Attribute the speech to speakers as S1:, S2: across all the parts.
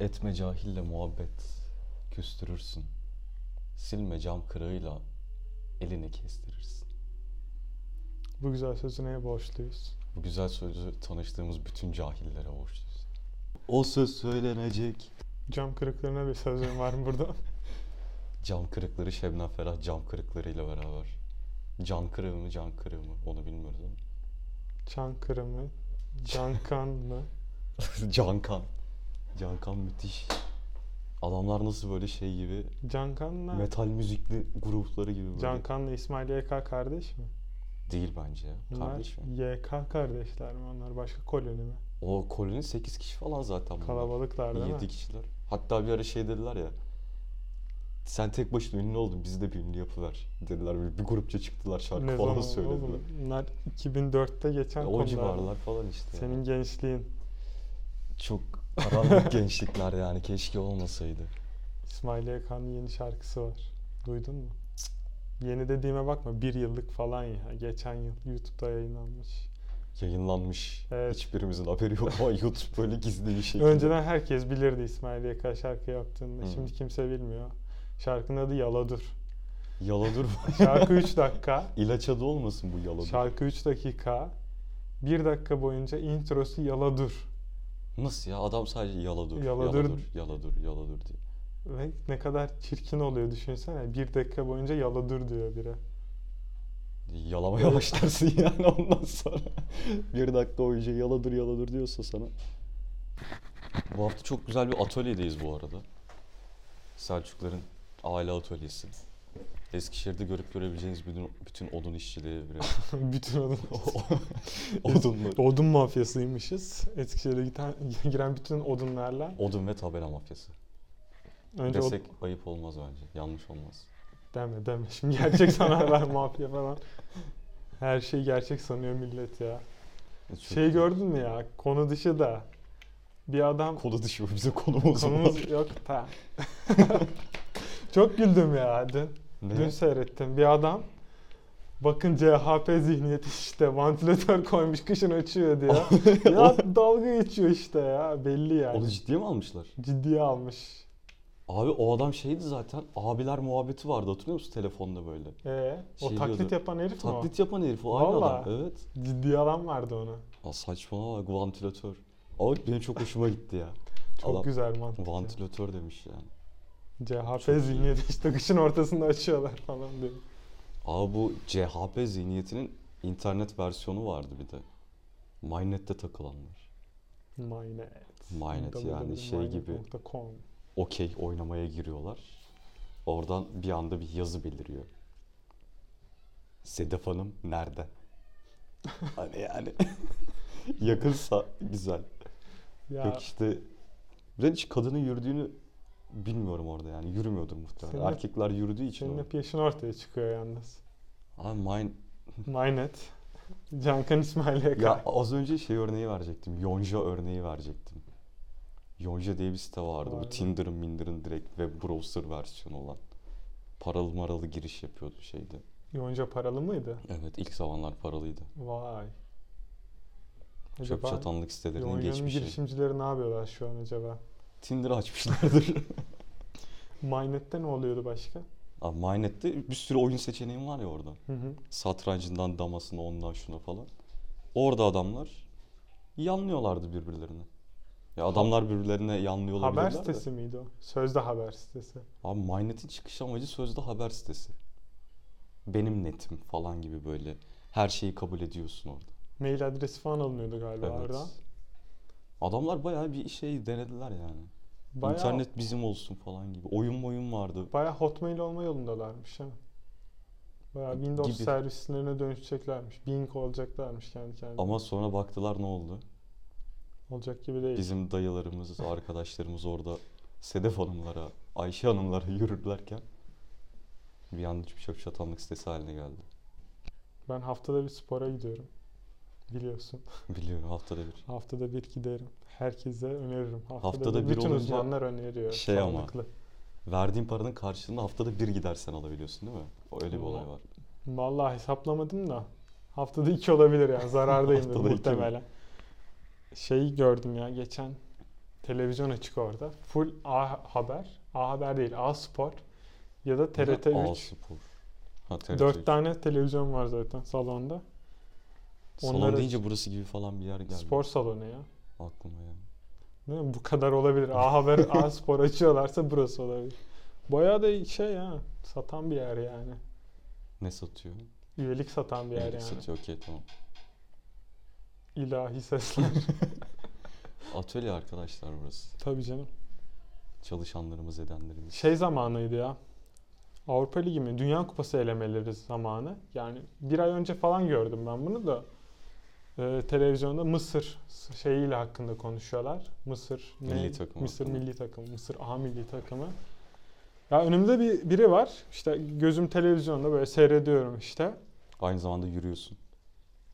S1: Etme cahille muhabbet, küstürürsün. Silme cam kırığıyla elini kestirirsin.
S2: Bu güzel sözü neye borçluyuz?
S1: Bu güzel sözü tanıştığımız bütün cahillere borçluyuz. O söz söylenecek.
S2: Cam kırıklarına bir sözüm var mı burada?
S1: Cam kırıkları Şebnem Ferah cam kırıklarıyla beraber. Can kırığı mı can kırığı mı onu bilmiyoruz ama.
S2: Çan kırı mı? Cankan mı?
S1: Cankan. Cankan müthiş. Adamlar nasıl böyle şey gibi
S2: Cankan'la...
S1: metal müzikli grupları gibi böyle.
S2: Cankan'la İsmail YK kardeş mi?
S1: Değil bence ya.
S2: Bunlar
S1: Kardeş mi?
S2: YK kardeşler mi? Onlar başka koloni mi?
S1: O koloni 8 kişi falan zaten bunlar.
S2: Kalabalıklar değil
S1: 7
S2: mi?
S1: kişiler. Hatta bir ara şey dediler ya. Sen tek başına ünlü oldun. Bizi de bir ünlü yapıver. Dediler. Bir, bir grupça çıktılar şarkı
S2: Ne
S1: falan
S2: zaman
S1: söylediler.
S2: oğlum? Bunlar 2004'te geçen
S1: Ya o
S2: konular.
S1: civarlar falan işte. ya.
S2: Senin gençliğin.
S1: Çok karanlık gençlikler yani. Keşke olmasaydı.
S2: İsmail YK'nın yeni şarkısı var. Duydun mu? Yeni dediğime bakma. Bir yıllık falan ya. Geçen yıl YouTube'da yayınlanmış.
S1: Yayınlanmış.
S2: Evet.
S1: Hiçbirimizin haberi yok ama YouTube böyle gizli bir şekilde.
S2: Önceden herkes bilirdi İsmail YK şarkı yaptığında.
S1: Hı.
S2: Şimdi kimse bilmiyor. Şarkının adı Yaladır.
S1: Yaladır.
S2: Şarkı 3 dakika.
S1: İlaç adı olmasın bu yaladır.
S2: Şarkı 3 dakika. 1 dakika boyunca introsu Yaladır.
S1: Nasıl ya? Adam sadece yaladır.
S2: Yaladır.
S1: Yaladır. Yaladır. Yaladır diye.
S2: Ve ne kadar çirkin oluyor düşünsene. 1 dakika boyunca Yaladır diyor biri.
S1: Yalamaya başlarsın yani ondan sonra. bir dakika boyunca yaladır yaladır diyorsa sana. Bu hafta çok güzel bir atölyedeyiz bu arada. Selçukların aile atölyesi. Eskişehir'de görüp görebileceğiniz bütün, bütün odun işçiliği. üretimi.
S2: Bütün adam.
S1: Odunlu.
S2: Odun mafyasıymışız. Eskişehir'e giden, giren bütün odunlarla.
S1: Odun ve tabela mafyası.
S2: Önce
S1: Desek
S2: od-
S1: ayıp olmaz bence. Yanlış olmaz.
S2: deme deme. Şimdi gerçek sanarlar mafya falan. Her şeyi gerçek sanıyor millet ya. Şey gördün mü ya? Konu dışı da. Bir adam
S1: Konu dışı bu, bize konu o zaman.
S2: konumuz yok ta. Çok güldüm ya dün.
S1: Ne?
S2: Dün seyrettim. Bir adam bakın CHP zihniyeti işte vantilatör koymuş kışın açıyor diyor. ya dalga geçiyor işte ya belli yani.
S1: Onu ciddiye mi almışlar?
S2: Ciddiye almış.
S1: Abi o adam şeydi zaten. Abiler muhabbeti vardı hatırlıyor musun telefonda böyle?
S2: Ee, o
S1: Şey
S2: taklit
S1: diyordu,
S2: yapan herif mi
S1: Taklit yapan herif o aynı
S2: Valla.
S1: adam. Evet.
S2: o? Ciddiye alan vardı ona.
S1: Aa, saçmalama bak vantilatör. Ama benim çok hoşuma gitti ya.
S2: Çok
S1: Adam
S2: güzel mantık. ya.
S1: Vantilatör demiş yani.
S2: CHP
S1: Çok iyi.
S2: zihniyeti işte kışın ortasında açıyorlar falan diyor.
S1: Abi bu CHP zihniyetinin internet versiyonu vardı bir de. Mainnet'te takılanlar.
S2: Maynet.
S1: Mainnet yani şey gibi
S2: www.mainet.com.
S1: okey oynamaya giriyorlar. Oradan bir anda bir yazı beliriyor. Sedef Hanım nerede? hani yani yakınsa güzel.
S2: Ya
S1: Yok işte ben hiç kadının yürüdüğünü bilmiyorum orada yani yürümüyordur muhtemelen.
S2: Senin-
S1: Erkekler yürüdüğü için.
S2: senin
S1: orada.
S2: hep yaşın ortaya çıkıyor yalnız.
S1: Abi mine
S2: Maynet. Cankan İsmail YK.
S1: ya az önce şey örneği verecektim. Yonca örneği verecektim. Yonca diye bir site vardı. Bu
S2: Vardı.
S1: Tinder'ın, Minder'ın direkt web browser versiyonu olan. Paralı maralı giriş yapıyordu şeyde.
S2: Yonca paralı mıydı?
S1: Evet ilk zamanlar paralıydı.
S2: Vay.
S1: Çöp çatanlık sitelerinin
S2: Yonca'nın
S1: geçmişi.
S2: girişimcileri ne yapıyorlar şu an acaba?
S1: Tinder açmışlardır.
S2: Mainet'te ne oluyordu başka?
S1: Abi Mynet'te bir sürü oyun seçeneğin var ya orada.
S2: Hı hı.
S1: Satrancından damasına ondan şuna falan. Orada adamlar yanlıyorlardı birbirlerine. Ya adamlar birbirlerine yanlıyor
S2: Haber
S1: olabilirler de.
S2: sitesi miydi o? Sözde haber sitesi.
S1: Abi Mynet'in çıkış amacı sözde haber sitesi. Benim netim falan gibi böyle. Her şeyi kabul ediyorsun orada.
S2: Mail adresi falan alınıyordu galiba
S1: Evet.
S2: oradan.
S1: Adamlar bayağı bir şey denediler yani.
S2: Bayağı,
S1: İnternet bizim olsun falan gibi. Oyun oyun vardı.
S2: bayağı hotmail olma yolundalarmış ha. Bayağı Windows
S1: Gibi.
S2: servislerine dönüşeceklermiş. Bing olacaklarmış kendi kendine.
S1: Ama sonra baktılar ne oldu?
S2: Olacak gibi değil.
S1: Bizim dayılarımız, arkadaşlarımız orada Sedef Hanımlara, Ayşe Hanımlara yürürlerken bir anda şey çöp çatanlık sitesi haline geldi.
S2: Ben haftada bir spora gidiyorum. Biliyorsun.
S1: Biliyorum haftada bir.
S2: Haftada bir giderim. Herkese öneririm. Haftada,
S1: Haftada
S2: bir
S1: bir
S2: bütün
S1: olunca
S2: uzmanlar öneriyor.
S1: şey ama,
S2: sağlıklı.
S1: Verdiğin paranın karşılığını haftada bir gidersen alabiliyorsun değil mi? O Öyle bir olay var.
S2: Vallahi hesaplamadım da haftada iki olabilir yani zarardayım
S1: Haftada iki mi?
S2: muhtemelen. Şey gördüm ya geçen Televizyon açık orada. Full A Haber. A Haber değil A Spor. Ya da TRT 3.
S1: A-Spor. Ha TRT
S2: 4 tane televizyon var zaten salonda.
S1: Salon
S2: onları-
S1: deyince burası gibi falan bir yer geldi
S2: Spor salonu ya.
S1: aklıma yani.
S2: Değil mi? Bu kadar olabilir. A Haber, A Spor açıyorlarsa burası olabilir. Bayağı da şey ya satan bir yer yani.
S1: Ne satıyor?
S2: Üyelik satan bir yer
S1: Elektrik
S2: yani.
S1: satıyor okey tamam.
S2: İlahi sesler.
S1: Atölye arkadaşlar burası.
S2: Tabii canım.
S1: Çalışanlarımız edenlerimiz.
S2: Şey zamanıydı ya. Avrupa Ligi mi? Dünya Kupası elemeleri zamanı. Yani bir ay önce falan gördüm ben bunu da. Ee, televizyonda Mısır şeyiyle hakkında konuşuyorlar. Mısır
S1: Milli takımı
S2: Mısır
S1: hakkında.
S2: milli takımı. Mısır A milli takımı. Ya önümde bir biri var. İşte gözüm televizyonda böyle seyrediyorum işte.
S1: Aynı zamanda yürüyorsun.
S2: Yok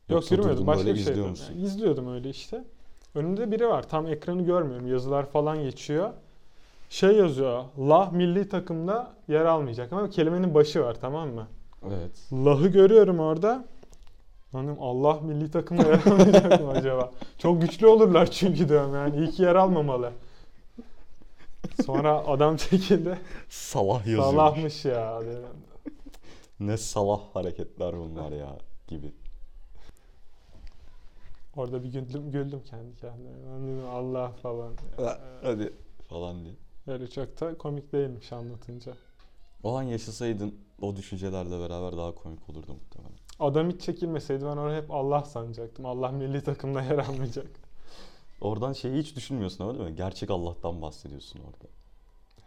S1: Yoksa
S2: yürümüyordum.
S1: durdun
S2: Başka
S1: böyle
S2: bir şey
S1: izliyor
S2: yapıyordum.
S1: musun?
S2: Yani izliyordum öyle işte. Önümde biri var. Tam ekranı görmüyorum. Yazılar falan geçiyor. Şey yazıyor. Lah milli takımda yer almayacak ama kelimenin başı var tamam mı?
S1: Evet.
S2: Lah'ı görüyorum orada. Lan diyorum, Allah milli takımda yer almayacak mı acaba? Çok güçlü olurlar çünkü diyorum yani. İyi ki yer almamalı. Sonra adam çekildi.
S1: Salah yazıyor.
S2: Salahmış ya. dedim.
S1: Ne salah hareketler bunlar ya gibi.
S2: Orada bir güldüm, güldüm kendi kendime. Lan dedim, Allah falan.
S1: Hadi falan diye.
S2: Öyle çok da komik değilmiş anlatınca.
S1: O an yaşasaydın o düşüncelerle beraber daha komik olurdu muhtemelen.
S2: Adam hiç çekilmeseydi ben onu hep Allah sanacaktım. Allah milli takımda yer almayacak.
S1: Oradan şeyi hiç düşünmüyorsun ama değil mi? Gerçek Allah'tan bahsediyorsun orada.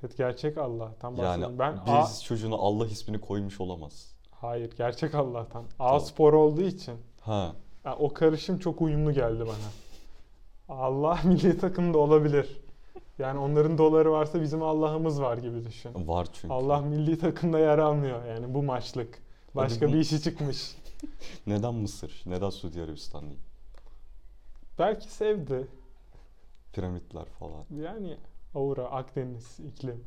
S2: Evet gerçek Allah'tan bahsediyorum.
S1: Yani
S2: ben
S1: biz
S2: A...
S1: çocuğuna Allah ismini koymuş olamaz.
S2: Hayır gerçek Allah'tan. A
S1: Tamam.
S2: spor olduğu için.
S1: Ha.
S2: Ya o karışım çok uyumlu geldi bana. Allah milli takımda olabilir. Yani onların doları varsa bizim Allah'ımız var gibi düşün.
S1: Var çünkü.
S2: Allah milli takımda yer almıyor yani bu maçlık. Başka
S1: bu-
S2: bir işi çıkmış.
S1: Neden Mısır? Neden Suudi Arabistan değil?
S2: Belki sevdi.
S1: Piramitler falan.
S2: Yani aura, Akdeniz, iklim.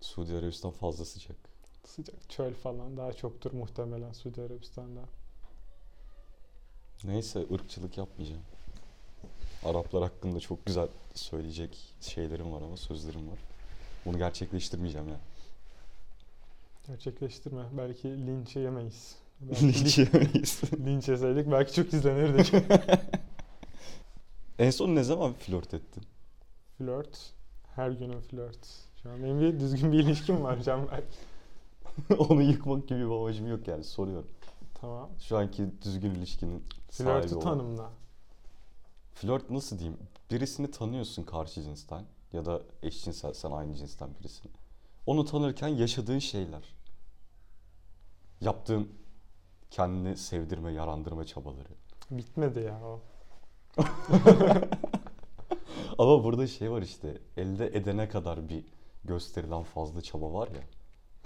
S1: Suudi Arabistan fazla sıcak.
S2: Sıcak çöl falan daha çoktur muhtemelen Suudi Arabistan'da.
S1: Neyse ırkçılık yapmayacağım. Araplar hakkında çok güzel söyleyecek şeylerim var ama sözlerim var. Bunu gerçekleştirmeyeceğim ya.
S2: Gerçekleştirme. Belki linç yemeyiz. Belki
S1: Linç yemeyiz.
S2: lin- linç yeseydik belki çok izlenirdik.
S1: en son ne zaman flört ettin?
S2: flört. Her günün flört. Şu an benim bir düzgün bir ilişkim var Canberk.
S1: Onu yıkmak gibi bir amacım yok yani soruyorum.
S2: Tamam.
S1: Şu anki düzgün ilişkinin sahibi
S2: Flörtü
S1: olan.
S2: tanımla.
S1: Flört nasıl diyeyim? Birisini tanıyorsun karşı cinsten ya da eşcinsel sen aynı cinsten birisini. Onu tanırken yaşadığın şeyler. Yaptığın kendini sevdirme, yarandırma çabaları.
S2: Bitmedi ya o.
S1: Ama burada şey var işte elde edene kadar bir gösterilen fazla çaba var ya.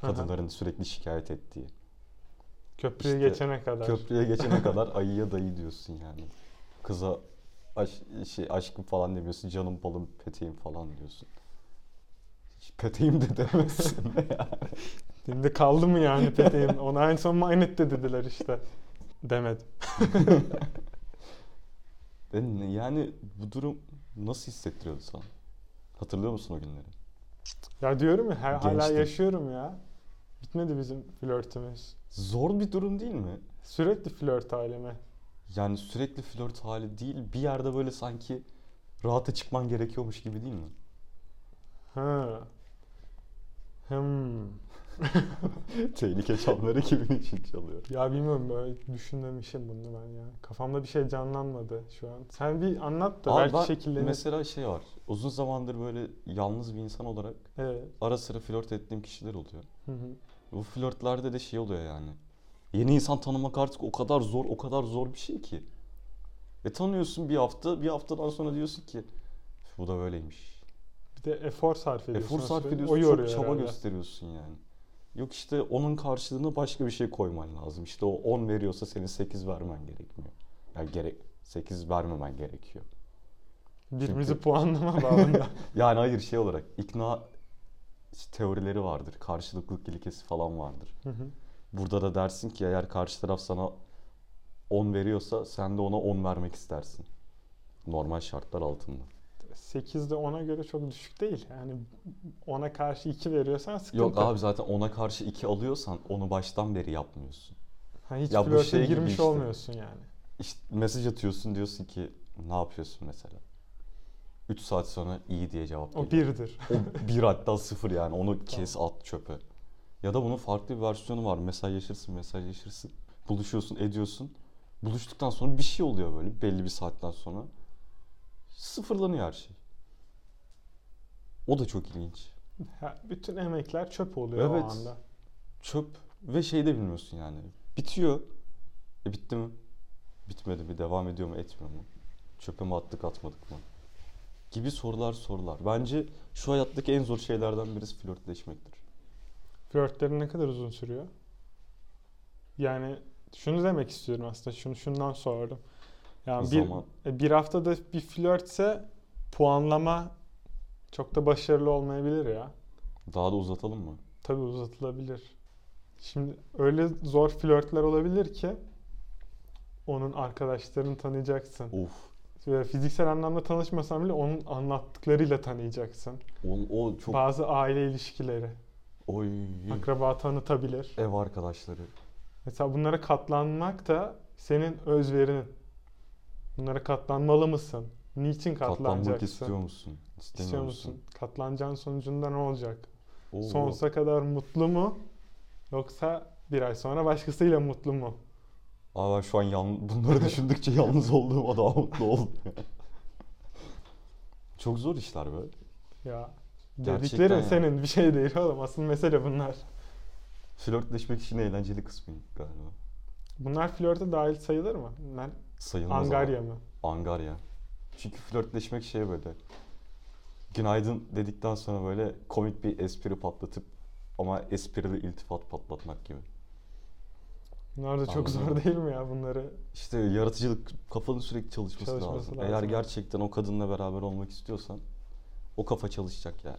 S1: Kadınların sürekli şikayet ettiği.
S2: Köprüyü
S1: işte
S2: geçene kadar.
S1: Köprüye geçene kadar ayıya dayı diyorsun yani. Kıza aş, şey, aşkım falan demiyorsun. Canım balım peteğim falan diyorsun. Hiç peteğim de demezsin de yani.
S2: Şimdi kaldı mı yani peteğim? Ona en son maynette dediler işte. Demedim.
S1: Ben- Yani bu durum nasıl hissettiriyordu sana? Hatırlıyor musun o günleri?
S2: Ya diyorum ya her- hala
S1: Gençtim.
S2: yaşıyorum ya. Bitmedi bizim flörtümüz.
S1: Zor bir durum değil mi?
S2: Sürekli flört alemi.
S1: Yani sürekli flört hali değil. Bir yerde böyle sanki rahata çıkman gerekiyormuş gibi değil mi?
S2: Ha. Hmm.
S1: Tehlike çanları kimin için çalıyor?
S2: Ya bilmiyorum böyle düşünmemişim bunu ben ya. Kafamda bir şey canlanmadı şu an. Sen bir anlat da
S1: Abi ben
S2: belki şekillenir.
S1: Mesela şey var. Uzun zamandır böyle yalnız bir insan olarak
S2: Evet.
S1: ara sıra flört ettiğim kişiler oluyor.
S2: Hı hı.
S1: Bu flörtlerde de şey oluyor yani. Yeni insan tanımak artık o kadar zor, o kadar zor bir şey ki. E tanıyorsun bir hafta, bir haftadan sonra diyorsun ki bu da böyleymiş. E,
S2: Bir de efor sarf ediyorsun.
S1: Efor sarf
S2: aslında.
S1: ediyorsun,
S2: O
S1: çok
S2: yoruyor
S1: çaba
S2: herhalde.
S1: gösteriyorsun yani. Yok işte onun karşılığında başka bir şey koyman lazım. İşte o 10 veriyorsa senin 8 vermen gerekmiyor. Yani gerek 8 vermemen gerekiyor.
S2: Birbirimizi
S1: Çünkü-
S2: puanlama bağında.
S1: Yani hayır şey olarak ikna teorileri vardır. Karşılıklı ilkesi falan vardır.
S2: Hı hı.
S1: Burada da dersin ki eğer karşı taraf sana 10 veriyorsa sen de ona 10 vermek istersin. Normal şartlar altında.
S2: 8'de 10'a göre çok düşük değil. Yani 10'a karşı 2 veriyorsan sıkıntı.
S1: Yok abi zaten ona karşı 2 alıyorsan onu baştan beri yapmıyorsun.
S2: Ha, hiç
S1: Ya bu
S2: flörte
S1: şey gibi
S2: girmiş
S1: işte.
S2: olmuyorsun yani.
S1: İşte mesaj atıyorsun diyorsun ki ne yapıyorsun mesela. 3 saat sonra iyi diye cevap
S2: O
S1: geliyor.
S2: birdir.
S1: O bir hatta sıfır yani onu kes at çöpe. Ya da bunun farklı bir versiyonu var. Mesajlaşırsın, mesajlaşırsın. Buluşuyorsun, ediyorsun. Buluştuktan sonra bir şey oluyor böyle belli bir saatten sonra. Sıfırlanıyor her şey. O da çok ilginç.
S2: Ha, bütün emekler çöp oluyor
S1: Evet.
S2: o anda.
S1: Çöp ve şey de bilmiyorsun yani. Bitiyor. E bitti mi? Bitmedi mi? Devam ediyor mu? Etmiyor mu? Çöpe mi attık atmadık mı? Gibi sorular sorular. Bence şu hayattaki en zor şeylerden birisi flörtleşmektir.
S2: Flörtlerin ne kadar uzun sürüyor? Yani şunu demek istiyorum aslında. Şunu şundan sordum. Yani bir,
S1: Zaman.
S2: e, bir haftada bir flörtse puanlama çok da başarılı olmayabilir ya.
S1: Daha da uzatalım mı?
S2: Tabii uzatılabilir. Şimdi öyle zor flörtler olabilir ki onun arkadaşlarını tanıyacaksın.
S1: Of.
S2: Ve fiziksel anlamda tanışmasan bile onun anlattıklarıyla tanıyacaksın.
S1: O, o çok...
S2: Bazı aile ilişkileri,
S1: Oy.
S2: akraba tanıtabilir.
S1: Ev arkadaşları.
S2: Mesela bunlara katlanmak da senin özverinin. Bunlara katlanmalı mısın? Niçin
S1: Katlanmak
S2: katlanacaksın?
S1: istiyor musun? İstemiyor
S2: İstiyor
S1: musun?
S2: musun? Katlanacağın sonucunda ne olacak?
S1: Oo.
S2: Sonsuza kadar mutlu mu? Yoksa bir ay sonra başkasıyla mutlu mu?
S1: Aa ben şu an yan... bunları düşündükçe yalnız olduğuma daha mutlu oldum. çok zor işler böyle.
S2: Ya
S1: Gerçekten
S2: dediklerin
S1: yani.
S2: senin bir şey değil oğlum. Asıl mesele bunlar.
S1: Flörtleşmek işin eğlenceli kısmı galiba.
S2: Bunlar flörte dahil sayılır mı? Bunlar
S1: Sayılmaz ama.
S2: Angarya mı?
S1: Angarya. Çünkü flörtleşmek şey böyle. Günaydın dedikten sonra böyle komik bir espri patlatıp ama esprili iltifat patlatmak gibi.
S2: Bunlar da çok
S1: Anladım.
S2: zor değil mi ya bunları?
S1: İşte yaratıcılık kafanın sürekli çalışması,
S2: Çalışması
S1: lazım.
S2: lazım,
S1: Eğer
S2: evet.
S1: gerçekten o kadınla beraber olmak istiyorsan o kafa çalışacak yani.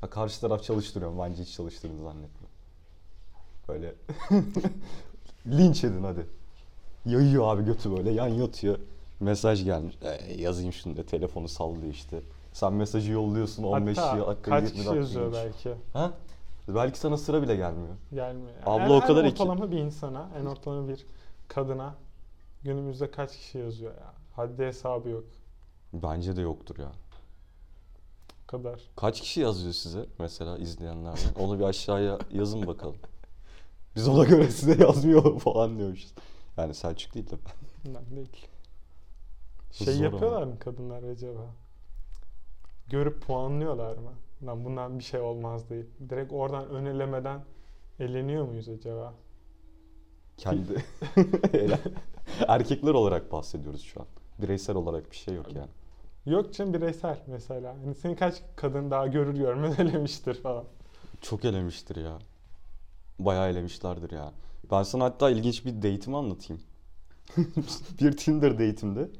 S1: Ha, karşı taraf çalıştırıyor mu? bence hiç çalıştığını zannetmiyorum. Böyle linç edin hadi. Yayıyor abi götü böyle yan yatıyor. Mesaj gelmiş. Ee, yazayım şunu da telefonu sallıyor işte. Sen mesajı yolluyorsun 15
S2: Hatta
S1: dakika
S2: kaç
S1: 20
S2: kişi
S1: dakika
S2: yazıyor
S1: geçiyor.
S2: belki.
S1: Ha? Belki sana sıra bile gelmiyor.
S2: Gelmiyor. Yani
S1: Abla
S2: en,
S1: o kadar
S2: en
S1: iki-
S2: ortalama bir insana, en ortalama bir kadına günümüzde kaç kişi yazıyor ya? Haddi hesabı yok.
S1: Bence de yoktur ya.
S2: O kadar.
S1: Kaç kişi yazıyor size mesela izleyenlerden? Onu bir aşağıya yazın bakalım. Biz ona göre size yazmıyor falan diyormuşuz. Yani Selçuk değil de ben.
S2: Bundan değil. Şey
S1: Zor ama.
S2: yapıyorlar mı kadınlar acaba? Görüp puanlıyorlar mı? Lan bundan bir şey olmaz değil. Direkt oradan önelemeden eleniyor muyuz acaba?
S1: Kendi erkekler olarak bahsediyoruz şu an. Bireysel olarak bir şey yok yani.
S2: Yok canım bireysel mesela. Hani seni kaç kadın daha görür görmez elemiştir falan.
S1: Çok elemiştir ya. Bayağı elemişlerdir ya. Ben sana hatta ilginç bir date'imi anlatayım. bir Tinder date'imde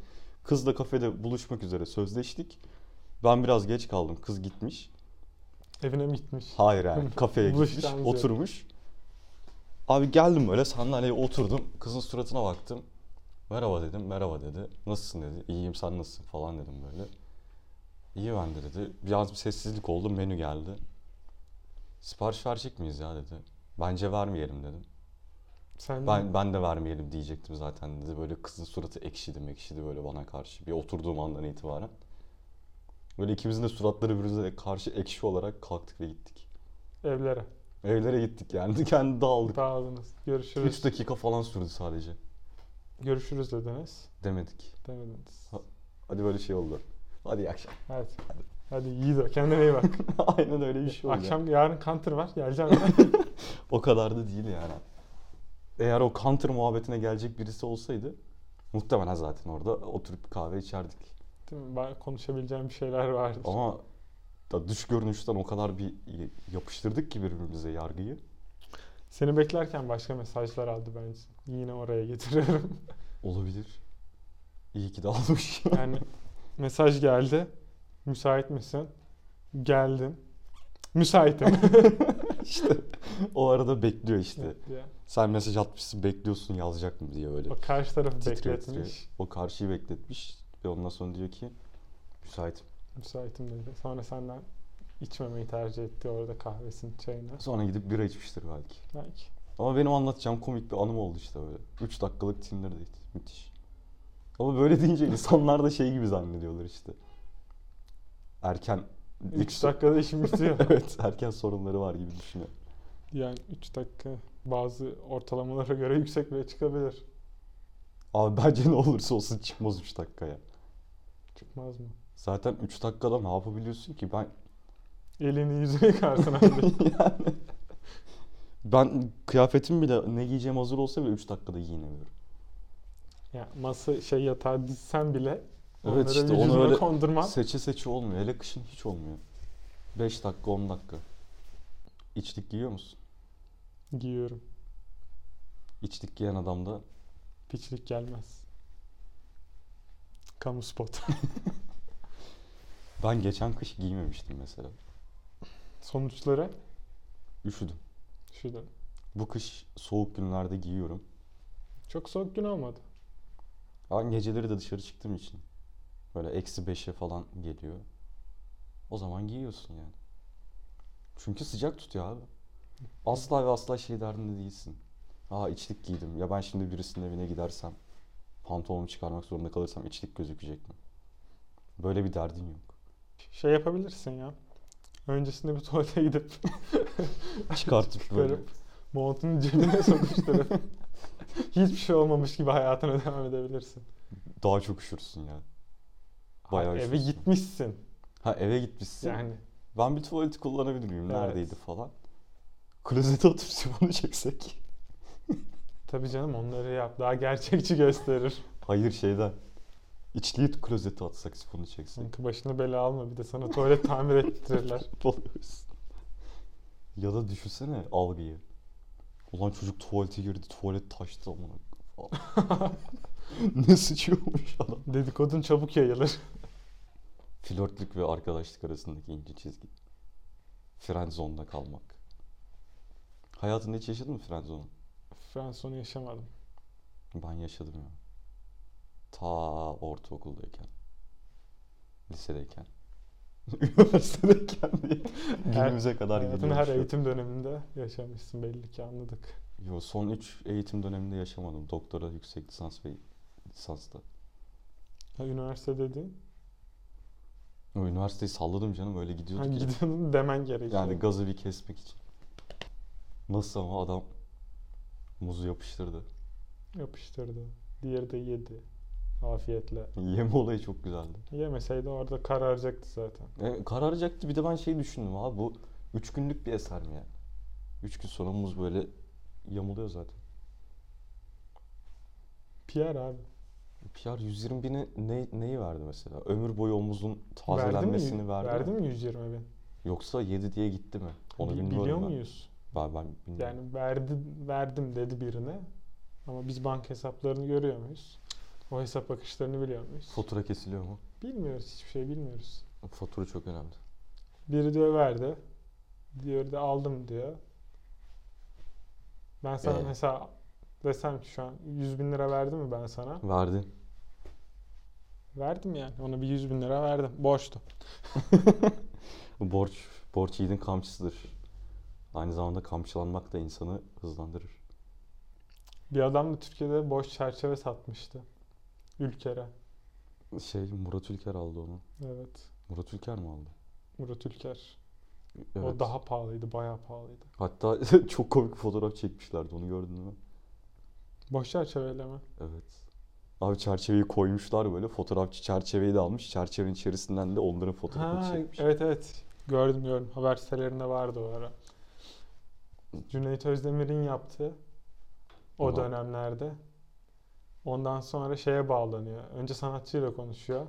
S1: kızla kafede buluşmak üzere sözleştik. Ben biraz geç kaldım. Kız gitmiş.
S2: Evine mi gitmiş?
S1: Hayır yani kafeye gitmiş,
S2: Buluşacağımız yer.
S1: oturmuş. Abi geldim böyle sandalyeye oturdum. Kızın suratına baktım. Merhaba dedim, merhaba dedi. Nasılsın dedi, iyiyim sen nasılsın falan dedim böyle. İyi ben de dedi. Biraz bir sessizlik oldu, menü geldi. Sipariş verecek miyiz ya dedi. Bence vermeyelim dedim.
S2: Sen
S1: Ben ben de vermeyelim diyecektim zaten dedi. Böyle kızın suratı ekşidi mekşidi böyle bana karşı. Bir oturduğum andan itibaren. Böyle ikimizin de suratları birbirimize karşı ekşi olarak kalktık ve gittik.
S2: evlere
S1: Evlere gittik yani. Kendi dağıldık.
S2: dağıldınız. Görüşürüz.
S1: 3 dakika falan sürdü sadece.
S2: Görüşürüz dediniz.
S1: Demedik.
S2: Demediniz.
S1: Ha. Hadi böyle şey oldu. Hadi iyi akşam.
S2: Hadi. Hadi iyi de kendine iyi bak.
S1: Aynen öyle bir şey oldu.
S2: Akşam yarın counter var. Geleceğim.
S1: O kadar da değil yani. Eğer o counter muhabbetine gelecek birisi olsaydı muhtemelen zaten orada oturup bir kahve içerdik.
S2: Değil mi? Ben konuşabileceğim bir şeyler vardı.
S1: Ama da dış görünüşten o kadar bir yapıştırdık ki birbirimize yargıyı.
S2: Seni beklerken başka mesajlar aldı bence. Yine oraya getiriyorum.
S1: Olabilir. İyi ki de almış.
S2: Yani mesaj geldi. Müsait misin? Geldim. Müsaitim.
S1: işte o arada bekliyor işte.
S2: Ya.
S1: Sen mesaj atmışsın bekliyorsun yazacak mı diye böyle.
S2: O karşı tarafı
S1: Titriyor,
S2: bekletmiş.
S1: titriyor. O karşıyı bekletmiş ve ondan sonra diyor ki müsaitim.
S2: Müsaitim dedi. Sonra senden içmemeyi tercih etti orada kahvesini, çayını.
S1: Sonra gidip bira içmiştir belki.
S2: Belki.
S1: Ama benim anlatacağım komik bir anım oldu işte böyle. 3 dakikalık Tinder date. Müthiş. Ama böyle deyince insanlar da şey gibi zannediyorlar işte. Erken
S2: 3 dakikada işim bitiyor.
S1: evet, erken sorunları var gibi düşünüyor.
S2: Yani 3 dakika bazı ortalamalara göre yüksek bile çıkabilir.
S1: Abi bence ne olursa olsun çıkmaz 3 dakikaya.
S2: Çıkmaz mı?
S1: Zaten 3 dakikada ne yapabiliyorsun ki? Ben
S2: Elini yüzüne yıkarsın abi.
S1: yani ben kıyafetim bile ne giyeceğim hazır olsa bile 3 dakikada giyinemiyorum.
S2: ya masa şey yatağa dizsen bile
S1: Evet işte
S2: vücuduna
S1: onu öyle
S2: kondurman.
S1: seçe seçe olmuyor. Hele kışın hiç olmuyor. 5 dakika 10 dakika. İçlik giyiyor musun?
S2: Giyiyorum.
S1: İçlik giyen adamda
S2: Piçlik gelmez. Kamu spot.
S1: ben geçen kış giymemiştim mesela.
S2: Sonuçları
S1: Üşüdüm.
S2: şurada.
S1: Bu kış soğuk günlerde giyiyorum.
S2: Çok soğuk gün olmadı.
S1: Ben geceleri de dışarı çıktığım için böyle eksi 5'e falan geliyor. O zaman giyiyorsun yani. Çünkü sıcak tutuyor abi. Asla ve asla şey derdinde değilsin. Aa içlik giydim. Ya ben şimdi birisinin evine gidersem pantolonumu çıkarmak zorunda kalırsam içlik gözükecek mi? Böyle bir derdin yok.
S2: Şey yapabilirsin ya. Öncesinde bir tuvalete gidip
S1: Çıkartıp böyle.
S2: Çıkarıp. montunu cebine sokuşturup hiçbir şey olmamış gibi hayatına devam edebilirsin.
S1: Daha çok üşürsün ya. Bayağı
S2: Hayır, eve
S1: üşürsün.
S2: gitmişsin
S1: Ha eve gitmişsin.
S2: yani.
S1: Ben bir tuvaleti kullanabilir miyim?
S2: Evet.
S1: Neredeydi falan. Klozete oturup sifonu çeksek.
S2: Tabii canım onları yap. Daha gerçekçi gösterir.
S1: Hayır şeyden. İçliği klozete atsak sifonu çeksek.
S2: Çünkü başını bela alma. Bir de sana tuvalet tamir ettirirler.
S1: Buluyoruz. ya da düşünsene algıyı. Ulan çocuk tuvalete girdi tuvalet taştı ama. ne sıçıyormuş adam.
S2: Dedikodun çabuk yayılır.
S1: Flörtlük ve arkadaşlık arasındaki ince çizgi. Frenzone'da kalmak. Hayatında hiç yaşadın mı frenzonu?
S2: Fransonu yaşamadım.
S1: Ben yaşadım ya. Ta ortaokuldayken. Lisedeyken. Üniversitedeyken diye.
S2: Her-
S1: Günümüze kadar
S2: Hayatın
S1: gidiyor.
S2: her
S1: şu.
S2: eğitim döneminde yaşamışsın belli ki anladık.
S1: Yo, son 3 eğitim döneminde yaşamadım. Doktora, yüksek lisans ve lisansta.
S2: Ha, üniversite dediğin.
S1: O üniversiteyi salladım canım öyle
S2: Ha,
S1: gidiyorduk. ya.
S2: gidiyorsun demen gerekiyor.
S1: Yani gazı bir kesmek için. Nasıl ama adam muzu yapıştırdı.
S2: Yapıştırdı. Diğeri de yedi. Afiyetle.
S1: Yeme olayı çok güzeldi.
S2: Yemeseydi orada kararacaktı zaten.
S1: E, kararacaktı bir de ben şey düşündüm abi bu 3 günlük bir eser mi yani? 3 gün sonra muz böyle yamuluyor zaten.
S2: Pierre abi.
S1: PR 120 bini ne, neyi verdi mesela? Ömür boyu omuzun
S2: Verdi mi?
S1: tazelenmesini verdi.
S2: Verdi
S1: mi?
S2: mi 120 bin?
S1: Yoksa 7 diye gitti mi? Onu
S2: Bi-
S1: bilmiyorum
S2: Biliyor
S1: ben.
S2: muyuz?
S1: Ben, ben bilmiyorum.
S2: Yani verdi, verdim dedi birine. Ama biz banka hesaplarını görüyor muyuz? O hesap bakışlarını biliyor muyuz?
S1: Fatura kesiliyor mu?
S2: bilmiyoruz. Hiçbir şey bilmiyoruz.
S1: Fatura çok önemli.
S2: Biri diyor verdi. Diğeri de aldım diyor. Ben sana
S1: Ee?
S2: mesela desem ki şu an 100 bin lira verdim mi ben sana?
S1: Verdi.
S2: Verdim yani. Ona bir 100 bin lira verdim. Boştu.
S1: Borç, borç yiğidin kamçısıdır. Aynı zamanda kamçılanmak da insanı hızlandırır.
S2: Bir adam da Türkiye'de boş çerçeve satmıştı. Ülker'e.
S1: Şey Murat Ülker aldı onu.
S2: Evet.
S1: Murat Ülker mi aldı?
S2: Murat Ülker.
S1: Evet.
S2: O daha pahalıydı. Bayağı pahalıydı.
S1: Hatta çok komik bir fotoğraf çekmişlerdi onu gördün mü?
S2: Boş çerçeveyle mi?
S1: Evet. Abi çerçeveyi koymuşlar böyle. Fotoğrafçı çerçeveyi de almış. Çerçevenin içerisinden de onların fotoğrafını
S2: Ha,
S1: çekmiş.
S2: evet evet. Gördüm gördüm. Haber sitelerinde vardı o ara. Cüneyt Özdemir'in yaptığı o
S1: Ulan.
S2: dönemlerde. Ondan sonra şeye bağlanıyor. Önce sanatçıyla konuşuyor.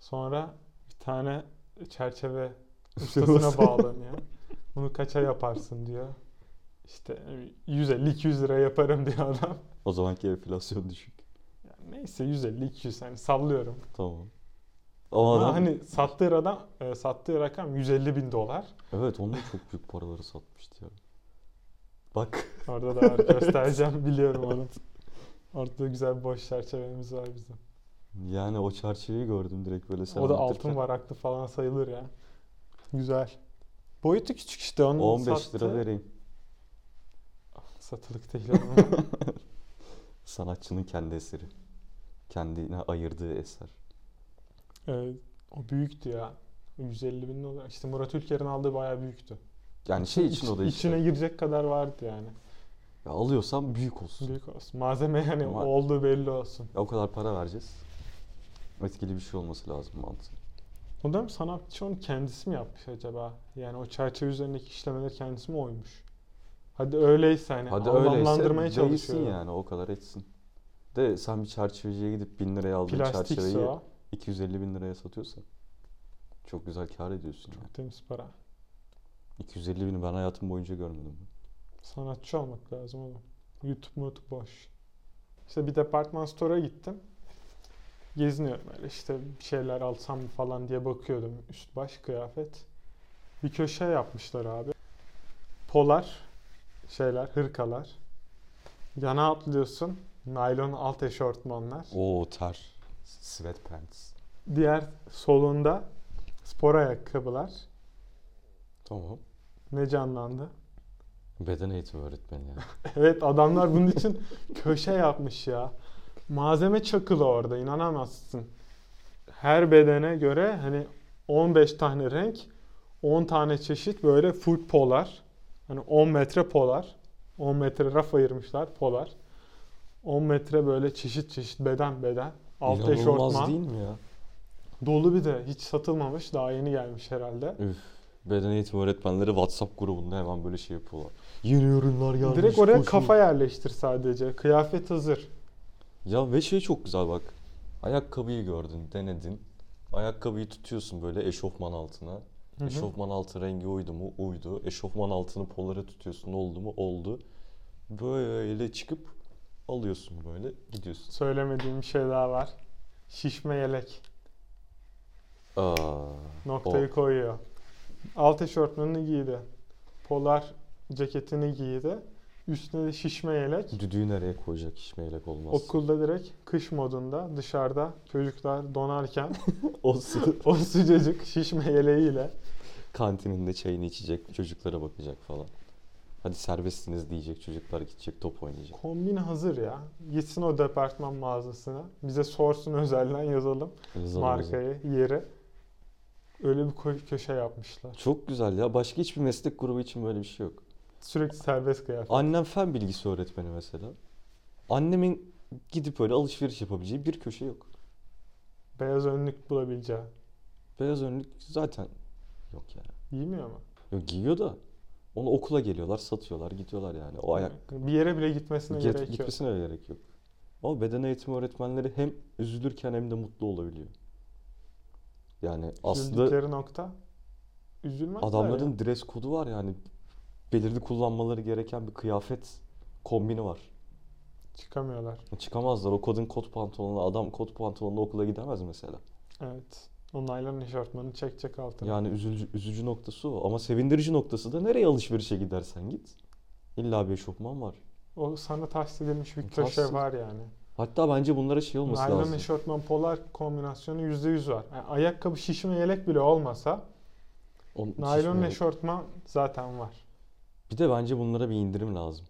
S2: Sonra bir tane çerçeve ustasına bağlanıyor. Bunu kaça yaparsın diyor. İşte 150-200 lira yaparım diyor adam.
S1: O zamanki enflasyon düşük.
S2: Yani neyse 150-200 hani sallıyorum.
S1: Tamam. Ama
S2: Ama
S1: adam-
S2: hani sattığı adam e, sattığı rakam 150 bin dolar.
S1: Evet onunla çok büyük paraları satmıştı ya. Bak.
S2: Orada da var. Göstereceğim biliyorum onu. Orada da güzel boş çerçevemiz var bizim.
S1: Yani o çerçeveyi gördüm direkt böyle sen
S2: o da
S1: anlatırken.
S2: altın varaklı falan sayılır ya. Güzel. Boyutu küçük işte onu
S1: 15
S2: sattı.
S1: lira vereyim.
S2: Satılık değil ama.
S1: Sanatçının kendi eseri. Kendine ayırdığı eser.
S2: Ee, o büyüktü ya. O 150 bin dolar. İşte Murat Ülker'in aldığı bayağı büyüktü.
S1: Yani şey için
S2: İç-
S1: o da işte.
S2: İçine girecek kadar vardı yani.
S1: Ya alıyorsan büyük olsun.
S2: Büyük olsun. Malzeme yani
S1: Ama-
S2: olduğu belli olsun.
S1: Ya o kadar para vereceğiz. Etkili bir şey olması lazım mantığı.
S2: O dönem sanatçı onu kendisi mi yapmış acaba? Yani o çerçeve üzerindeki işlemeler kendisi mi oymuş? Hadi öyleyse hani
S1: Hadi
S2: anlamlandırmaya
S1: öyleyse değilsin
S2: çalışıyor.
S1: yani o kadar etsin. De sen bir çerçeveciye gidip 1000 liraya aldığın
S2: Plastikse
S1: çerçeveyi
S2: o.
S1: 250 bin liraya satıyorsan çok güzel kar ediyorsun yani.
S2: Çok temiz para.
S1: 250 bini ben hayatım boyunca görmedim.
S2: Sanatçı olmak lazım oğlum. YouTube YouTube boş. İşte bir departman store'a gittim. Geziniyorum öyle işte bir şeyler alsam mı falan diye bakıyordum. Üst baş kıyafet. Bir köşe yapmışlar abi. Polar şeyler, hırkalar. Yana atlıyorsun. Naylon alt eşortmanlar.
S1: Oo ter. Sweatpants.
S2: Diğer solunda spor ayakkabılar.
S1: Tamam.
S2: Ne canlandı?
S1: Beden eğitimi öğretmeni yani.
S2: Evet adamlar bunun için köşe yapmış ya. Malzeme çakılı orada inanamazsın. Her bedene göre hani 15 tane renk, 10 tane çeşit böyle full polar. Hani 10 metre polar. 10 metre raf ayırmışlar polar. 10 metre böyle çeşit çeşit beden beden. Alt
S1: İnanılmaz
S2: eşortman.
S1: değil mi ya?
S2: Dolu bir de hiç satılmamış. Daha yeni gelmiş herhalde.
S1: Üf. Beden eğitimi öğretmenleri WhatsApp grubunda hemen böyle şey yapıyorlar. Yeni ürünler gelmiş.
S2: Direkt oraya
S1: koşun.
S2: kafa yerleştir sadece. Kıyafet hazır.
S1: Ya ve şey çok güzel bak. Ayakkabıyı gördün, denedin. Ayakkabıyı tutuyorsun böyle eşofman altına.
S2: Hı hı.
S1: Eşofman altı rengi uydu mu? Uydu. Eşofman altını polara tutuyorsun. Oldu mu? Oldu. Böyle çıkıp alıyorsun böyle gidiyorsun.
S2: Söylemediğim bir şey daha var. Şişme yelek.
S1: Aa,
S2: Noktayı
S1: o.
S2: koyuyor. Alt eşortmanını giydi. Polar ceketini giydi. Üstüne de şişme yelek.
S1: Düdüğü nereye koyacak hiç meylek olmaz.
S2: Okulda direkt kış modunda dışarıda çocuklar donarken
S1: O sı-
S2: o sıcacık şişme yeleğiyle
S1: kantininde çayını içecek, çocuklara bakacak falan. Hadi serbestsiniz diyecek, çocuklar gidecek, top oynayacak.
S2: kombin hazır ya. Gitsin o departman mağazasına. Bize sorsun özelden yazalım.
S1: Yazalım, yazalım.
S2: Markayı, yeri. Öyle bir koy- köşe yapmışlar.
S1: Çok güzel ya. Başka hiçbir meslek grubu için böyle bir şey yok.
S2: Sürekli serbest kıyafet.
S1: Annem fen bilgisi öğretmeni mesela. Annemin gidip öyle alışveriş yapabileceği bir köşe yok.
S2: Beyaz önlük bulabileceği.
S1: Beyaz önlük zaten yok yani.
S2: Giymiyor mu?
S1: Yok giyiyor da onu okula geliyorlar, satıyorlar, gidiyorlar yani. O ayak
S2: Bir yere bile gitmesine
S1: Git-
S2: gerek yok.
S1: gitmesine gerek yok. Ama beden eğitimi öğretmenleri hem üzülürken hem de mutlu olabiliyor. Yani aslında
S2: Üzüldükleri nokta üzülmezler ya.
S1: adamların dress kodu var yani belirli kullanmaları gereken bir kıyafet kombini var.
S2: çıkamıyorlar.
S1: Çıkamazlar. O kadın kot pantolonlu adam kot pantolonlu okula gidemez mesela.
S2: Evet. O naylon eşofmanı çekecek altına.
S1: Yani üzücü, üzücü noktası o. Ama sevindirici noktası da nereye alışverişe gidersen git. İlla bir eşofman var.
S2: O sana tahsis edilmiş bir
S1: Tahsis-
S2: köşe var yani.
S1: Hatta bence bunlara şey olması
S2: Naylon
S1: lazım.
S2: eşofman polar kombinasyonu %100 var. Yani ayakkabı şişme yelek bile olmasa
S1: Onun
S2: naylon
S1: şişmeleri-
S2: eşofman zaten var.
S1: Bir de bence bunlara bir indirim lazım.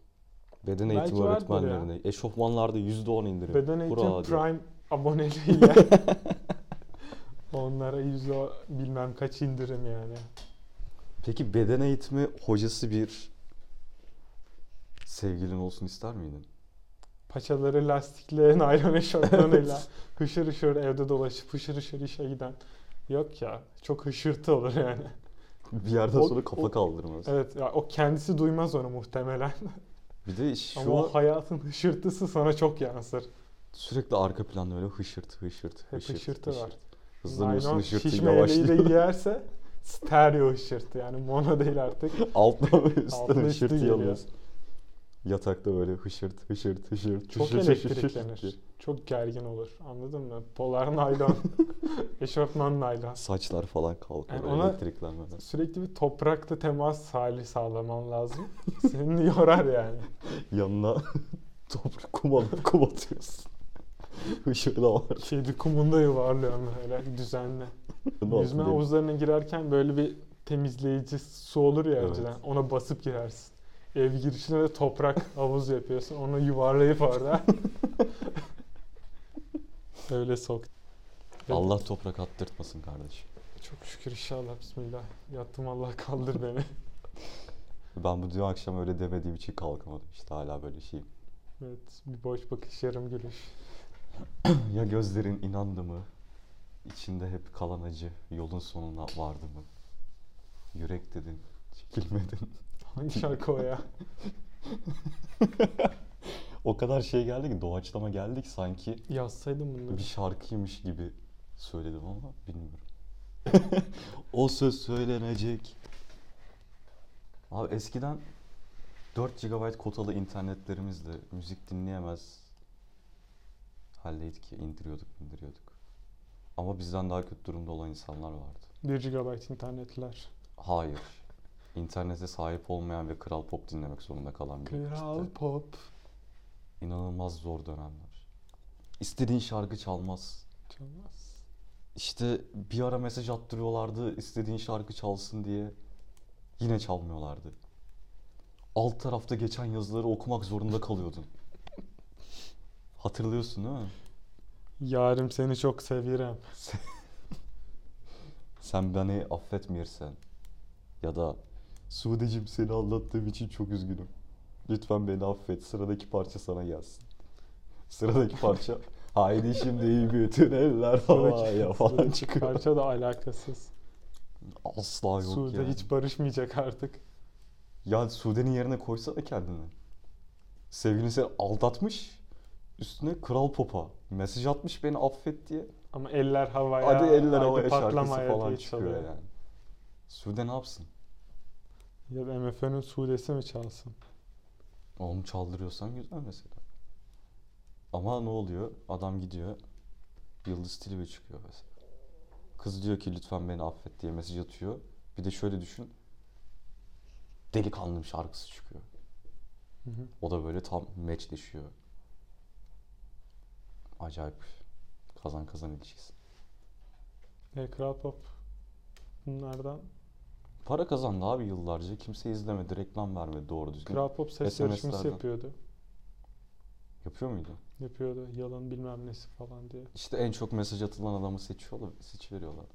S1: Beden
S2: Belki
S1: eğitimi
S2: vardır ya.
S1: öğretmenlerine. Eşofmanlarda %10 indirim.
S2: Beden eğitim
S1: Bravo diyor.
S2: prime aboneliğiyle onlara yüzde bilmem kaç indirim yani.
S1: Peki beden eğitimi hocası bir sevgilin olsun ister miydin?
S2: Paçaları lastikle, naylon eşofmanıyla hışır hışır evde dolaşıp hışır hışır işe giden. Yok ya çok hışırtı olur yani.
S1: Bir yerden
S2: O-
S1: sonra kafa
S2: o-
S1: kaldırmaz.
S2: Evet ya o kendisi duymaz onu muhtemelen.
S1: Bir de
S2: Ama
S1: şu
S2: o hayatın hışırtısı sana çok yansır.
S1: sürekli arka planda öyle hışırt hışırt
S2: Hep
S1: hışırt.
S2: hışırtı var.
S1: Hızlanıyorsun
S2: Naylon
S1: hışırtı
S2: şişme yeleği de
S1: yavaşlıyor.
S2: giyerse stereo hışırtı yani mono değil artık.
S1: Alttan ve üstten
S2: Altına üstü
S1: hışırtı
S2: geliyor.
S1: alıyorsun. Yatakta böyle hışırt hışırt hışırt.
S2: Çok
S1: hışırt, hışırt, hışırt diye.
S2: elektriklenir. Çok gergin olur. Anladın mı? Polar naylon, eşofman naylon.
S1: Saçlar falan kalkıyor
S2: Yani ona-
S1: elektriklenmeden.
S2: Sürekli bir toprakla temas hali sağlaman lazım. Seni yorar yani.
S1: Yanına toprak kum alıp kum atıyorsun. Işığı da var.
S2: Şeydi kumunda yuvarlıyorum böyle düzenli. Yüzme havuzlarına girerken böyle bir temizleyici su olur ya
S1: Evet.
S2: önceden. Ona basıp girersin. Ev girişine de toprak havuz yapıyorsun. Onu yuvarlayıp orada. Öyle sok.
S1: Allah toprak attırtmasın kardeşim.
S2: Çok şükür inşallah bismillah. Yattım Allah kaldır beni.
S1: Ben bu dün akşam öyle demediğim için kalkamadım işte hala böyle şey.
S2: evet bir boş bakış yarım gülüş.
S1: ya gözlerin inandı mı? İçinde hep kalan acı yolun sonuna vardı mı? Yürek dedin, çekilmedin.
S2: Hangi şarkı o ya?
S1: O kadar şey geldi ki doğaçlama geldi ki sanki
S2: Yazsaydım bunları.
S1: bir şarkıymış gibi söyledim ama bilmiyorum. o söz söylenecek. Abi eskiden 4 GB kotalı internetlerimizle müzik dinleyemez haldeydik ki indiriyorduk indiriyorduk. Ama bizden daha kötü durumda olan insanlar vardı.
S2: 1 GB internetler.
S1: Hayır. İnternete sahip olmayan ve kral pop dinlemek zorunda kalan bir
S2: Kral
S1: kitle.
S2: pop.
S1: İnanılmaz zor dönemler. İstediğin şarkı çalmaz.
S2: Çalmaz.
S1: İşte bir ara mesaj attırıyorlardı istediğin şarkı çalsın diye. Yine çalmıyorlardı. Alt tarafta geçen yazıları okumak zorunda kalıyordun. Hatırlıyorsun değil mi?
S2: Yarim seni çok sevirem.
S1: Sen beni affetmiyorsan ya da Sudeciğim seni anlattığım için çok üzgünüm. Lütfen beni affet. Sıradaki parça sana gelsin. Sıradaki parça Haydi şimdi bütün eller havaya falan
S2: Sıradaki
S1: çıkıyor.
S2: Parça da alakasız.
S1: Asla yok
S2: Suudi
S1: yani.
S2: hiç barışmayacak artık.
S1: Ya Sude'nin yerine koysana kendini. Sevgilin seni aldatmış. Üstüne kral popa. Mesaj atmış beni affet diye.
S2: Ama eller havaya,
S1: Hadi eller
S2: hadi
S1: havaya şarkısı
S2: patlamaya
S1: falan
S2: diye
S1: çıkıyor
S2: çalıyor.
S1: yani. Sude ne yapsın?
S2: Ya da MFÖ'nün Suudesi mi çalsın?
S1: Oğlum çaldırıyorsan güzel mesela. Ama ne oluyor? Adam gidiyor. Yıldız Tilbe çıkıyor mesela. Kız diyor ki lütfen beni affet diye mesaj atıyor. Bir de şöyle düşün. Delikanlım şarkısı çıkıyor.
S2: Hı hı.
S1: O da böyle tam meçleşiyor. Acayip kazan kazan ilişkisi.
S2: E, Kral Pop bunlardan.
S1: Para kazandı abi yıllarca. Kimse izlemedi, reklam vermedi doğru düzgün.
S2: Kral Pop ses yarışması
S1: SMS'lerden.
S2: yapıyordu.
S1: Yapıyor muydu?
S2: Yapıyordu yalan bilmem nesi falan diye.
S1: İşte en çok mesaj atılan adamı seçiyorlar, seçiveriyorlardı.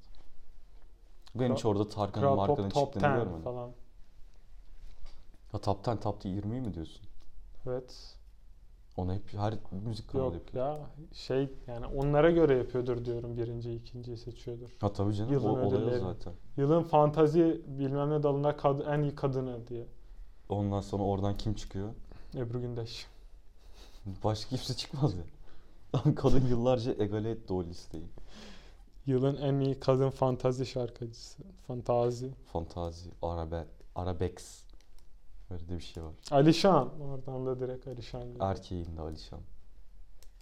S1: Ben
S2: Kral-
S1: hiç orada Tarkan'ın
S2: Kral
S1: Hani markanın
S2: Pop Top
S1: çıktığını
S2: 10
S1: görmedim.
S2: falan.
S1: Ha top 10, top 20 mi diyorsun?
S2: Evet.
S1: Onu hep her müzik kanalı
S2: Yok
S1: yapıyor.
S2: ya şey yani onlara göre yapıyordur diyorum birinci ikinciyi seçiyordur.
S1: Ha tabii canım
S2: Yılın
S1: o olay o
S2: ödülleri.
S1: zaten.
S2: Yılın fantazi bilmem ne dalında kad- en iyi kadını diye.
S1: Ondan sonra oradan kim çıkıyor?
S2: Ebru Gündeş.
S1: Başka kimse çıkmaz ya. Lan Kadın yıllarca egale etti o listeyi.
S2: Yılın en iyi kadın fantazi şarkıcısı. Fantazi.
S1: Fantazi, arabe, arabex. Böyle de bir şey var.
S2: Alişan. Oradan da direkt Alişan geliyor.
S1: Erkeğin de Alişan.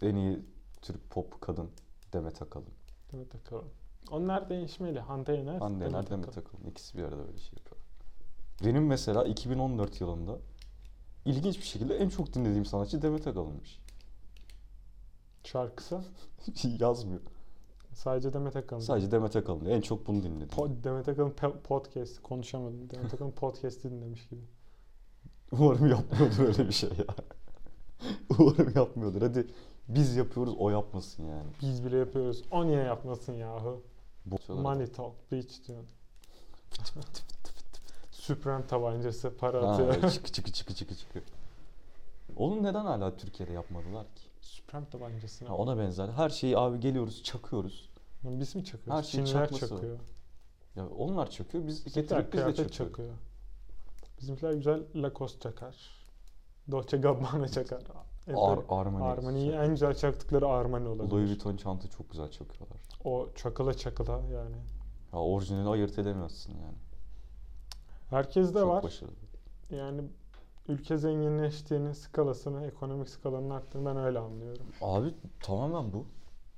S1: En iyi Türk pop kadın Demet Akalın.
S2: Demet Akalın. Onlar değişmeli. Hande Yener.
S1: Anneler
S2: Demet
S1: Demet
S2: Akalın.
S1: Akalın. İkisi bir arada böyle şey yapıyor. Benim mesela 2014 yılında ilginç bir şekilde en çok dinlediğim sanatçı Demet Akalın'mış.
S2: Şarkısı.
S1: Yazmıyor.
S2: Sadece Demet Akalın.
S1: Sadece Demet Akalın. En çok bunu dinledim.
S2: Po- Demet Akalın pe- podcast. Konuşamadım. Demet Akalın podcast'i dinlemiş gibi.
S1: Umarım yapmıyordur öyle bir şey ya. Umarım yapmıyordur. Hadi biz yapıyoruz o yapmasın yani.
S2: Biz bile yapıyoruz. O niye yapmasın yahu?
S1: Bu
S2: Money talk. Bitch diyor. Süprem tabancası. Para
S1: Ha,
S2: atıyor.
S1: çıkı çıkı çıkı çıkı çıkı. Onu neden hala Türkiye'de yapmadılar ki?
S2: Süprem tabancası. ne?
S1: Ha, ona benzer. Her şeyi abi geliyoruz çakıyoruz.
S2: Lan Biz mi çakıyoruz?
S1: Her şeyin
S2: Çinliler
S1: çakması var.
S2: çakıyor.
S1: Ya onlar çakıyor biz
S2: Bizimkiler
S1: getirip biz de
S2: kıyafet
S1: çakıyoruz.
S2: çakıyor. Bizimkiler güzel Lacoste çakar. Dolce Gabbana çakar. Evet,
S1: Ar Armani.
S2: Armani'yi en güzel çaktıkları Armani olabilir.
S1: Louis Vuitton çanta çok güzel çakıyorlar.
S2: O çakıla çakıla yani.
S1: Ya orijinali ayırt edemiyorsun yani.
S2: Herkes de
S1: çok
S2: var.
S1: başarılı.
S2: Yani ülke zenginleştiğini, skalasını, ekonomik skalanın arttığını ben öyle anlıyorum.
S1: Abi tamamen bu.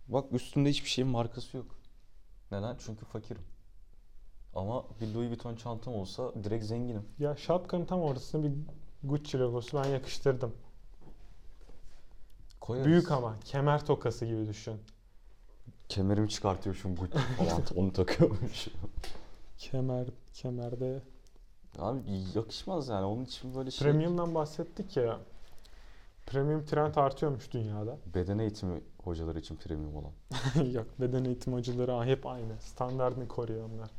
S1: Bak üstünde hiçbir şeyin markası yok. Neden? Çünkü fakirim. Ama bir Louis Vuitton çantam olsa direkt zenginim.
S2: Ya şapkanın tam ortasına bir Gucci logosu ben yakıştırdım.
S1: Koyarız.
S2: Büyük ama kemer tokası gibi düşün.
S1: Kemerimi çıkartıyormuşum bu falan onu takıyormuşum.
S2: Kemer, kemerde.
S1: Abi yakışmaz yani onun için böyle şey
S2: Premium'dan bahsettik ya. Premium trend artıyormuş dünyada.
S1: beden eğitimi hocaları için premium olan.
S2: Yok beden eğitim hocaları hep aynı. Standartını koruyor onlar.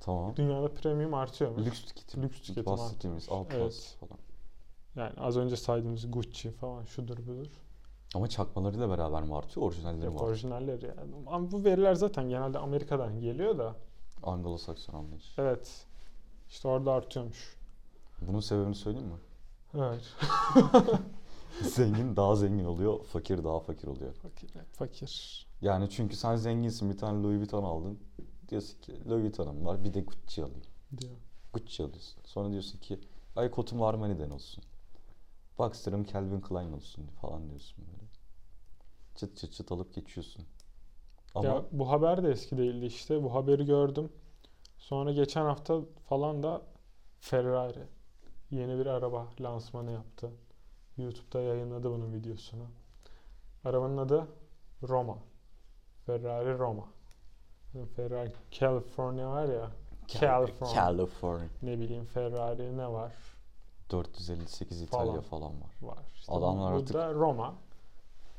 S1: Tamam.
S2: Dünyada premium artıyormuş.
S1: Lüks tüketim.
S2: Lüks tüketim
S1: Bahsettiğimiz alt
S2: Evet.
S1: evet. falan.
S2: Yani az önce saydığımız Gucci falan şudur budur.
S1: Ama çakmalarıyla beraber mi artıyor? Orijinalleri mi
S2: Yok
S1: artıyor?
S2: orijinalleri yani. Ama bu veriler zaten genelde Amerika'dan geliyor da.
S1: Anglo-Sakson anlayış.
S2: Evet. İşte orada artıyormuş.
S1: Bunun sebebini söyleyeyim mi?
S2: Evet.
S1: zengin daha zengin oluyor, fakir daha fakir oluyor.
S2: Fakir. Fakir.
S1: Yani çünkü sen zenginsin bir tane Louis Vuitton aldın. Diyorsun ki Louis Vuitton'ım var bir de Gucci alayım.
S2: Diyor.
S1: Gucci alıyorsun. Sonra diyorsun ki ay kotum Armani'den olsun. Boxer'ım Calvin Klein olsun falan diyorsun böyle. Çıt çıt çıt alıp geçiyorsun. Ama
S2: Ya bu haber de eski değildi işte. Bu haberi gördüm. Sonra geçen hafta falan da Ferrari yeni bir araba lansmanı yaptı. YouTube'da yayınladı bunun videosunu. Arabanın adı Roma. Ferrari Roma. Ferrari California var ya.
S1: Cal-
S2: California.
S1: California.
S2: Ne bileyim Ferrari ne var?
S1: 458
S2: Falan.
S1: İtalya falan var.
S2: Var. İşte
S1: Adamlar
S2: bu, bu
S1: artık-
S2: da Roma.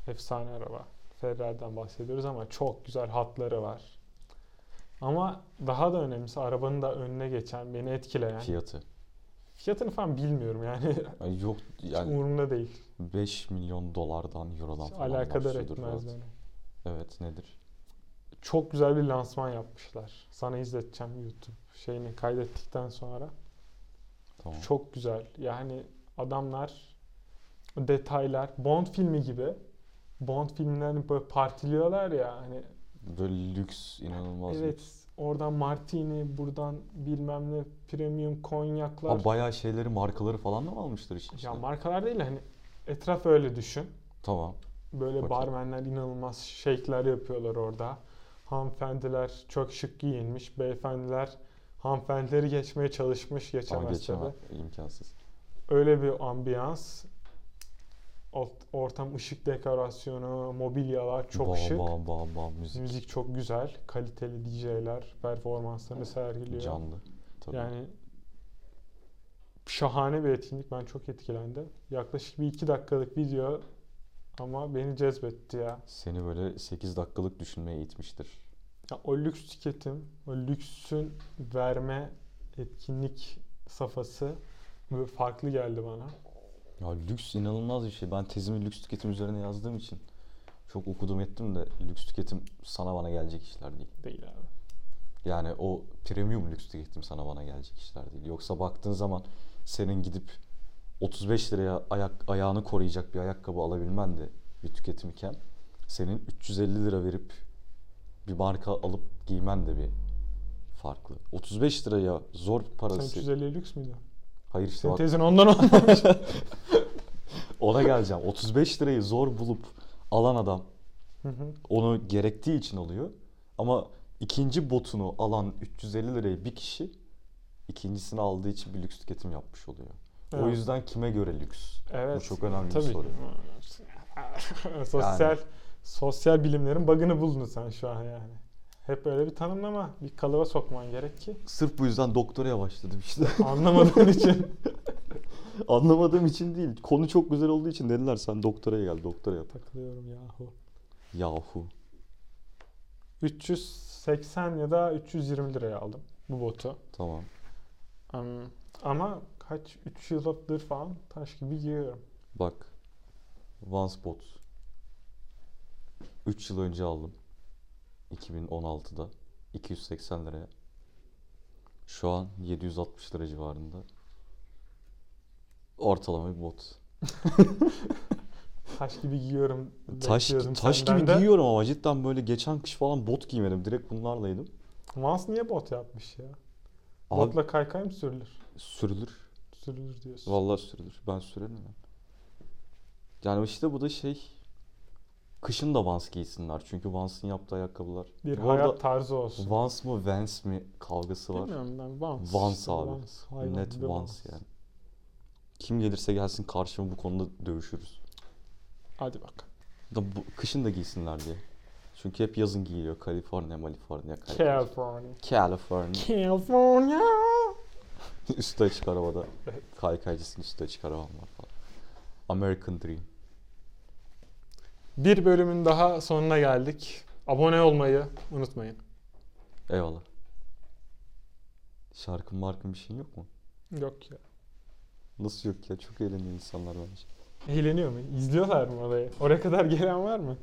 S2: Efsane araba. Ferrari'den bahsediyoruz ama çok güzel hatları var. Ama daha da önemlisi arabanın da önüne geçen, beni etkileyen.
S1: Fiyatı.
S2: Fiyatını falan bilmiyorum yani.
S1: Ay yok yani
S2: Umurumda değil.
S1: 5 milyon dolardan eurodan
S2: Hiç
S1: falan
S2: alakadar
S1: başlıyordur
S2: etmez
S1: fiyatı.
S2: beni.
S1: Evet nedir?
S2: Çok güzel bir lansman yapmışlar. Sana izleteceğim YouTube şeyini kaydettikten sonra.
S1: Tamam.
S2: Çok güzel. Yani adamlar detaylar Bond filmi gibi Bond filmlerini böyle partiliyorlar ya hani
S1: Böyle lüks inanılmaz.
S2: Evet.
S1: lüks.
S2: Oradan martini, buradan bilmem ne premium konyaklar.
S1: Ha, bayağı şeyleri markaları falan da mı almıştır işin içine?
S2: ya markalar değil hani etraf öyle düşün.
S1: tamam.
S2: Böyle
S1: Okey.
S2: barmenler inanılmaz şeyler yapıyorlar orada. Hanımefendiler çok şık giyinmiş. Beyefendiler hanımefendileri geçmeye çalışmış
S1: Ama
S2: geçemezse de.
S1: geçemem. İmkansız.
S2: Öyle bir ambiyans. Ort- Ortam ışık dekorasyonu, mobilyalar çok
S1: Bam,
S2: şık.
S1: Bam bam bam müzik.
S2: Müzik çok güzel. Kaliteli DJ'ler performanslarını sergiliyor.
S1: Canlı. Tabii.
S2: Yani şahane bir etkinlik. Ben çok etkilendim. Yaklaşık bir iki dakikalık video ama beni cezbetti ya.
S1: Seni böyle 8 dakikalık düşünmeye eğitmiştir.
S2: ya o lüks tüketim, o lüksün verme etkinlik safhası böyle farklı geldi bana.
S1: Ya lüks inanılmaz bir şey. Ben tezimi lüks tüketim üzerine yazdığım için çok okudum ettim de lüks tüketim sana bana gelecek işler değil.
S2: Değil abi.
S1: Yani o premium lüks tüketim sana bana gelecek işler değil. Yoksa baktığın zaman senin gidip 35 liraya ayak ayağını koruyacak bir ayakkabı alabilmen de bir tüketim iken senin 350 lira verip bir marka alıp giymen de bir farklı. 35 liraya zor
S2: Sen
S1: parası.
S2: 350 lüks müydü?
S1: Hayır işte
S2: Senin
S1: bak
S2: tezin ondan olmamış.
S1: ona geleceğim. 35 lirayı zor bulup alan adam
S2: Hı hı.
S1: onu gerektiği için alıyor. Ama ikinci botunu alan 350 liraya bir kişi ikincisini aldığı için bir lüks tüketim yapmış oluyor. O
S2: Evet.
S1: yüzden kime göre lüks?
S2: Evet.
S1: Bu çok önemli
S2: Tabii
S1: bir
S2: ki.
S1: soru.
S2: sosyal sosyal bilimlerin bug'ını buldun sen şu an yani. Hep öyle bir tanımlama, bir kalıba sokman gerek ki
S1: Sırf bu yüzden doktoraya başladım işte.
S2: anlamadığın için
S1: Anlamadığım için değil. Konu çok güzel olduğu için dediler sen doktoraya gel, doktora yap.
S2: takılıyorum yahu.
S1: Yahu.
S2: 380 ya da 320 liraya aldım bu botu.
S1: Tamam.
S2: Am- ama kaç 3 yıldır falan taş gibi giyiyorum.
S1: Bak. OneSpot. 3 yıl önce aldım. 2016'da. 280 liraya. Şu an 760 lira civarında. Ortalama bir bot.
S2: Taş gibi giyiyorum.
S1: Taş,
S2: bekliyordum
S1: taş
S2: senden
S1: gibi
S2: de.
S1: giyiyorum ama cidden böyle geçen kış falan bot giymedim. Direkt bunlarlaydım.
S2: Vans niye bot yapmış ya?
S1: Abi
S2: Botla kaykay mı sürülür?
S1: sürülür.
S2: Sürülür diyorsun.
S1: Vallahi sürülür. Ben sürerim ya. Yani işte bu da şey. Kışın da Vans giysinler. Çünkü Vans'ın yaptığı ayakkabılar.
S2: bir
S1: Bu arada-
S2: hayat tarzı olsun.
S1: Vans mı Vans mi kavgası var.
S2: Bilmiyorum ben Vans.
S1: Vans
S2: işte,
S1: abi.
S2: Vans, hayvan
S1: Net
S2: gibi
S1: Vans yani. Kim gelirse gelsin karşıma bu konuda dövüşürüz.
S2: Hadi bak.
S1: Da bu, kışın da giysinler diye. Çünkü hep yazın giyiliyor. Kaliforniya, Maliforniya, Kaliforniya.
S2: California.
S1: California.
S2: California.
S1: Üstü açık arabada.
S2: Evet.
S1: Kaykaycısının üstü açık arabam var falan. American Dream.
S2: Bir bölümün daha sonuna geldik. Abone olmayı unutmayın.
S1: Eyvallah. Şarkın markın bir şeyin yok mu?
S2: Yok ya.
S1: Nasıl yok ya? Çok eğleniyor insanlar bence.
S2: Eğleniyor mu? İzliyorlar mı orayı? Oraya kadar gelen var mı?